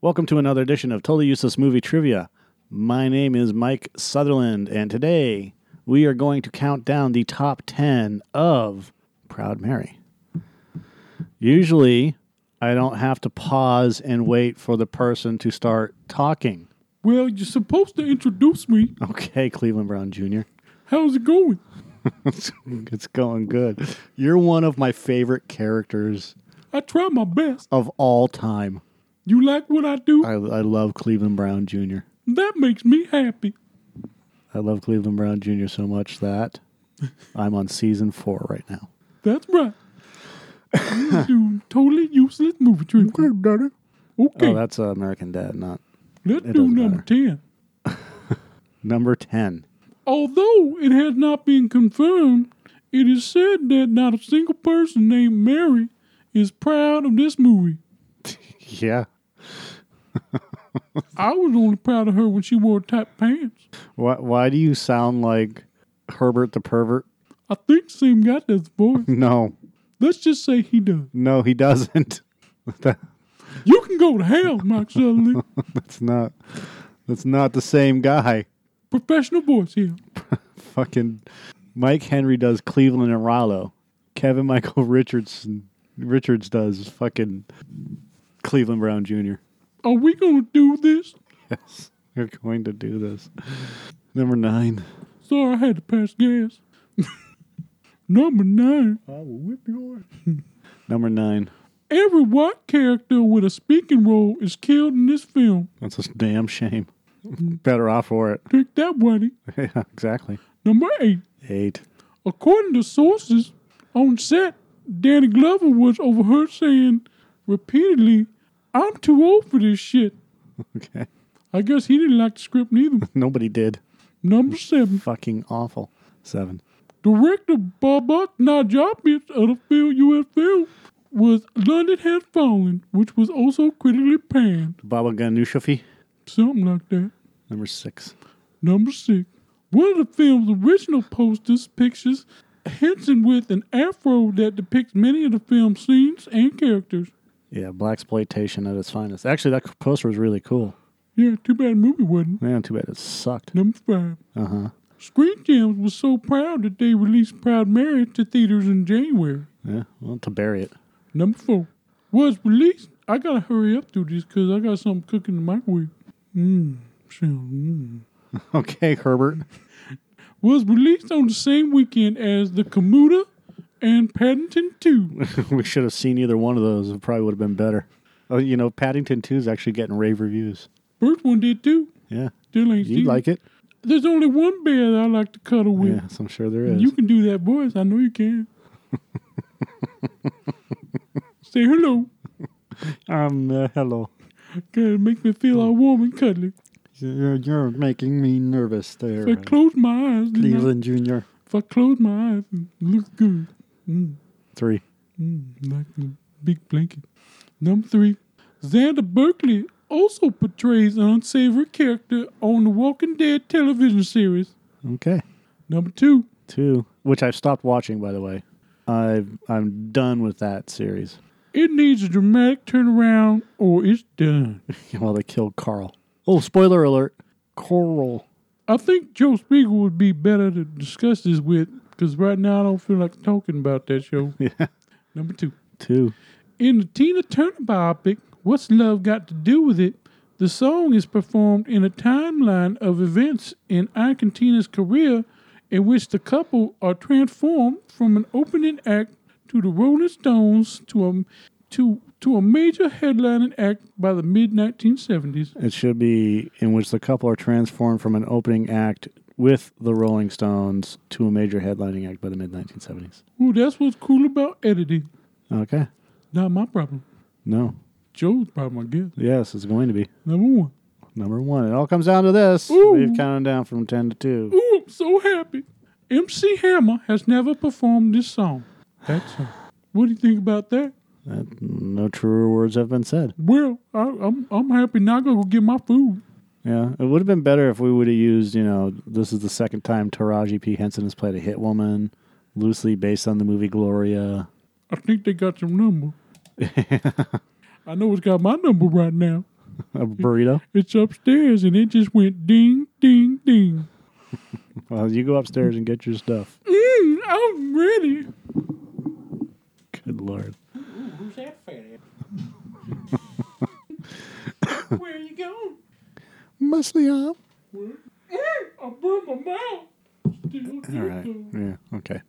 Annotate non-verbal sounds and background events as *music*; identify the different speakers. Speaker 1: Welcome to another edition of Totally Useless Movie Trivia. My name is Mike Sutherland, and today we are going to count down the top 10 of Proud Mary. Usually, I don't have to pause and wait for the person to start talking.
Speaker 2: Well, you're supposed to introduce me.
Speaker 1: Okay, Cleveland Brown Jr.
Speaker 2: How's it going?
Speaker 1: *laughs* it's going good. You're one of my favorite characters
Speaker 2: I try my best.
Speaker 1: of all time.
Speaker 2: You like what I do?
Speaker 1: I, I love Cleveland Brown Jr.
Speaker 2: that makes me happy.
Speaker 1: I love Cleveland Brown Jr. so much that I'm on season four right now.
Speaker 2: That's right.
Speaker 1: *laughs*
Speaker 2: you do totally useless movie trick. Okay, Hmm.
Speaker 1: Oh, that's uh, American Dad, not
Speaker 2: let's
Speaker 1: it
Speaker 2: do
Speaker 1: doesn't
Speaker 2: number
Speaker 1: matter.
Speaker 2: 10.
Speaker 1: number 10.
Speaker 2: Although it has not been confirmed, it is said that not a single person named Mary is proud of this movie.
Speaker 1: Yeah.
Speaker 2: I was only proud of her when she wore tight pants.
Speaker 1: Why, why do you sound like Herbert the pervert?
Speaker 2: I think Sam got this voice.
Speaker 1: No,
Speaker 2: Let's just say he does.
Speaker 1: no, he doesn't. *laughs* That-
Speaker 2: You can go to hell, Mike Sutherland.
Speaker 1: that's not. That's not the same guy.
Speaker 2: professional voice here.
Speaker 1: Fucking Mike Henry does Cleveland and Rallo. Kevin Michael *laughs* Richardson Richards does fucking Cleveland Brown Jr.
Speaker 2: Are we gonna do this?
Speaker 1: Yes, you're going to do this. Number nine.
Speaker 2: Sorry, I had to pass gas. *laughs* Number nine.
Speaker 1: I will whip your. Number nine.
Speaker 2: Every white character with a speaking role is killed in this film.
Speaker 1: That's a damn shame. Better off for it. *laughs*
Speaker 2: Take that, Whitey.
Speaker 1: yeah, exactly.
Speaker 2: Number eight.
Speaker 1: Eight.
Speaker 2: According to sources on set, Danny Glover was overheard saying repeatedly, "I'm too old for this shit."
Speaker 1: Okay.
Speaker 2: I guess he didn't like the script neither.
Speaker 1: Nobody did.
Speaker 2: Number seven.
Speaker 1: Fucking awful. Seven.
Speaker 2: Director Babak Najabit of the film US film was London Has Fallen, which was also critically panned.
Speaker 1: Baba Ganoushafie.
Speaker 2: Something like that.
Speaker 1: Number six.
Speaker 2: Number six. One of the film's original posters pictures Henson with an afro that depicts many of the film's scenes and characters.
Speaker 1: Yeah, black exploitation at its finest. Actually, that poster was really cool.
Speaker 2: Yeah, too bad the movie wasn't.
Speaker 1: Man, too bad it sucked.
Speaker 2: Number five.
Speaker 1: Uh huh.
Speaker 2: Screen Gems was so proud that they released Proud Mary to theaters in January.
Speaker 1: Yeah. Well, to bury it. *laughs*
Speaker 2: Number four was released. I gotta hurry up through this because I got something cooking in the microwave. Mmm, sound, mmm.
Speaker 1: Okay, Herbert. *laughs*
Speaker 2: Was released on the same weekend as The Commuter and Paddington
Speaker 1: *laughs*
Speaker 2: 2.
Speaker 1: we should have seen either one of those. It probably would have been better. Oh, you know, Paddington 2 is actually getting rave reviews.
Speaker 2: First one did too.
Speaker 1: Yeah.
Speaker 2: Still ain't
Speaker 1: You
Speaker 2: seen
Speaker 1: like it?
Speaker 2: There's only one bear that I like to cuddle with.
Speaker 1: Yes, I'm sure there is.
Speaker 2: You can do that voice. I know
Speaker 1: *laughs*
Speaker 2: you can. Say hello.
Speaker 1: um, uh, hello.
Speaker 2: Gotta make me feel all warm and cuddly.
Speaker 1: You're, you're making me nervous there,
Speaker 2: If I close my eyes, then I-
Speaker 1: Cleveland Jr.
Speaker 2: if I close my eyes, it looks good. Mm.
Speaker 1: Three.
Speaker 2: Mm, like a big blanket. Number three, Xander Berkeley also portrays an unsavory character on the Walking Dead television series.
Speaker 1: Okay.
Speaker 2: Number two,
Speaker 1: Two, which I've stopped watching, by the way. I've, I'm done with that series. *laughs*
Speaker 2: it needs a dramatic turnaround or it's done.
Speaker 1: well, they killed Carl. Oh, spoiler alert. Coral. *laughs*
Speaker 2: I think Joe Spiegel would be better to discuss this with because right now I don't feel like talking about that show.
Speaker 1: Yeah.
Speaker 2: Number two,
Speaker 1: Two.
Speaker 2: in the Tina Turner biopic, What's Love Got to Do with It? The song is performed in a timeline of events in Ike and Tina's career in which the couple are transformed from an opening act to the Rolling Stones to a, to, to a major headlining act by the mid 1970s.
Speaker 1: It should be in which the couple are transformed from an opening act with the Rolling Stones to a major headlining act by the mid 1970s.
Speaker 2: Ooh, that's what's cool about editing.
Speaker 1: Okay.
Speaker 2: Not my problem.
Speaker 1: No.
Speaker 2: Joe's problem, I guess.
Speaker 1: Yes, it's going to be.
Speaker 2: Number one.
Speaker 1: Number one. It all comes down to this.
Speaker 2: Ooh.
Speaker 1: We've counted down from 10 to 2.
Speaker 2: Ooh, Oh, I'm so happy. MC Hammer has never performed this song. That song. What do you think about that?
Speaker 1: Uh, no truer words have been said.
Speaker 2: Well, I, I'm I'm happy now. I gotta go get my food.
Speaker 1: Yeah, it would have been better if we would have used, you know, this is the second time Taraji P. Henson has played a hit woman, loosely based on the movie Gloria. *laughs*
Speaker 2: I think they got your number. I know it's got my number right now.
Speaker 1: A burrito.
Speaker 2: It's upstairs, and it just went ding, ding, ding.
Speaker 1: Well, you go upstairs and get your stuff.
Speaker 2: Mm, I'm ready.
Speaker 1: Good lord.
Speaker 2: Who's that fat *laughs* Where you going?
Speaker 1: Mostly up.
Speaker 2: I burned my mouth. Still
Speaker 1: All right.
Speaker 2: good.
Speaker 1: Yeah. Okay.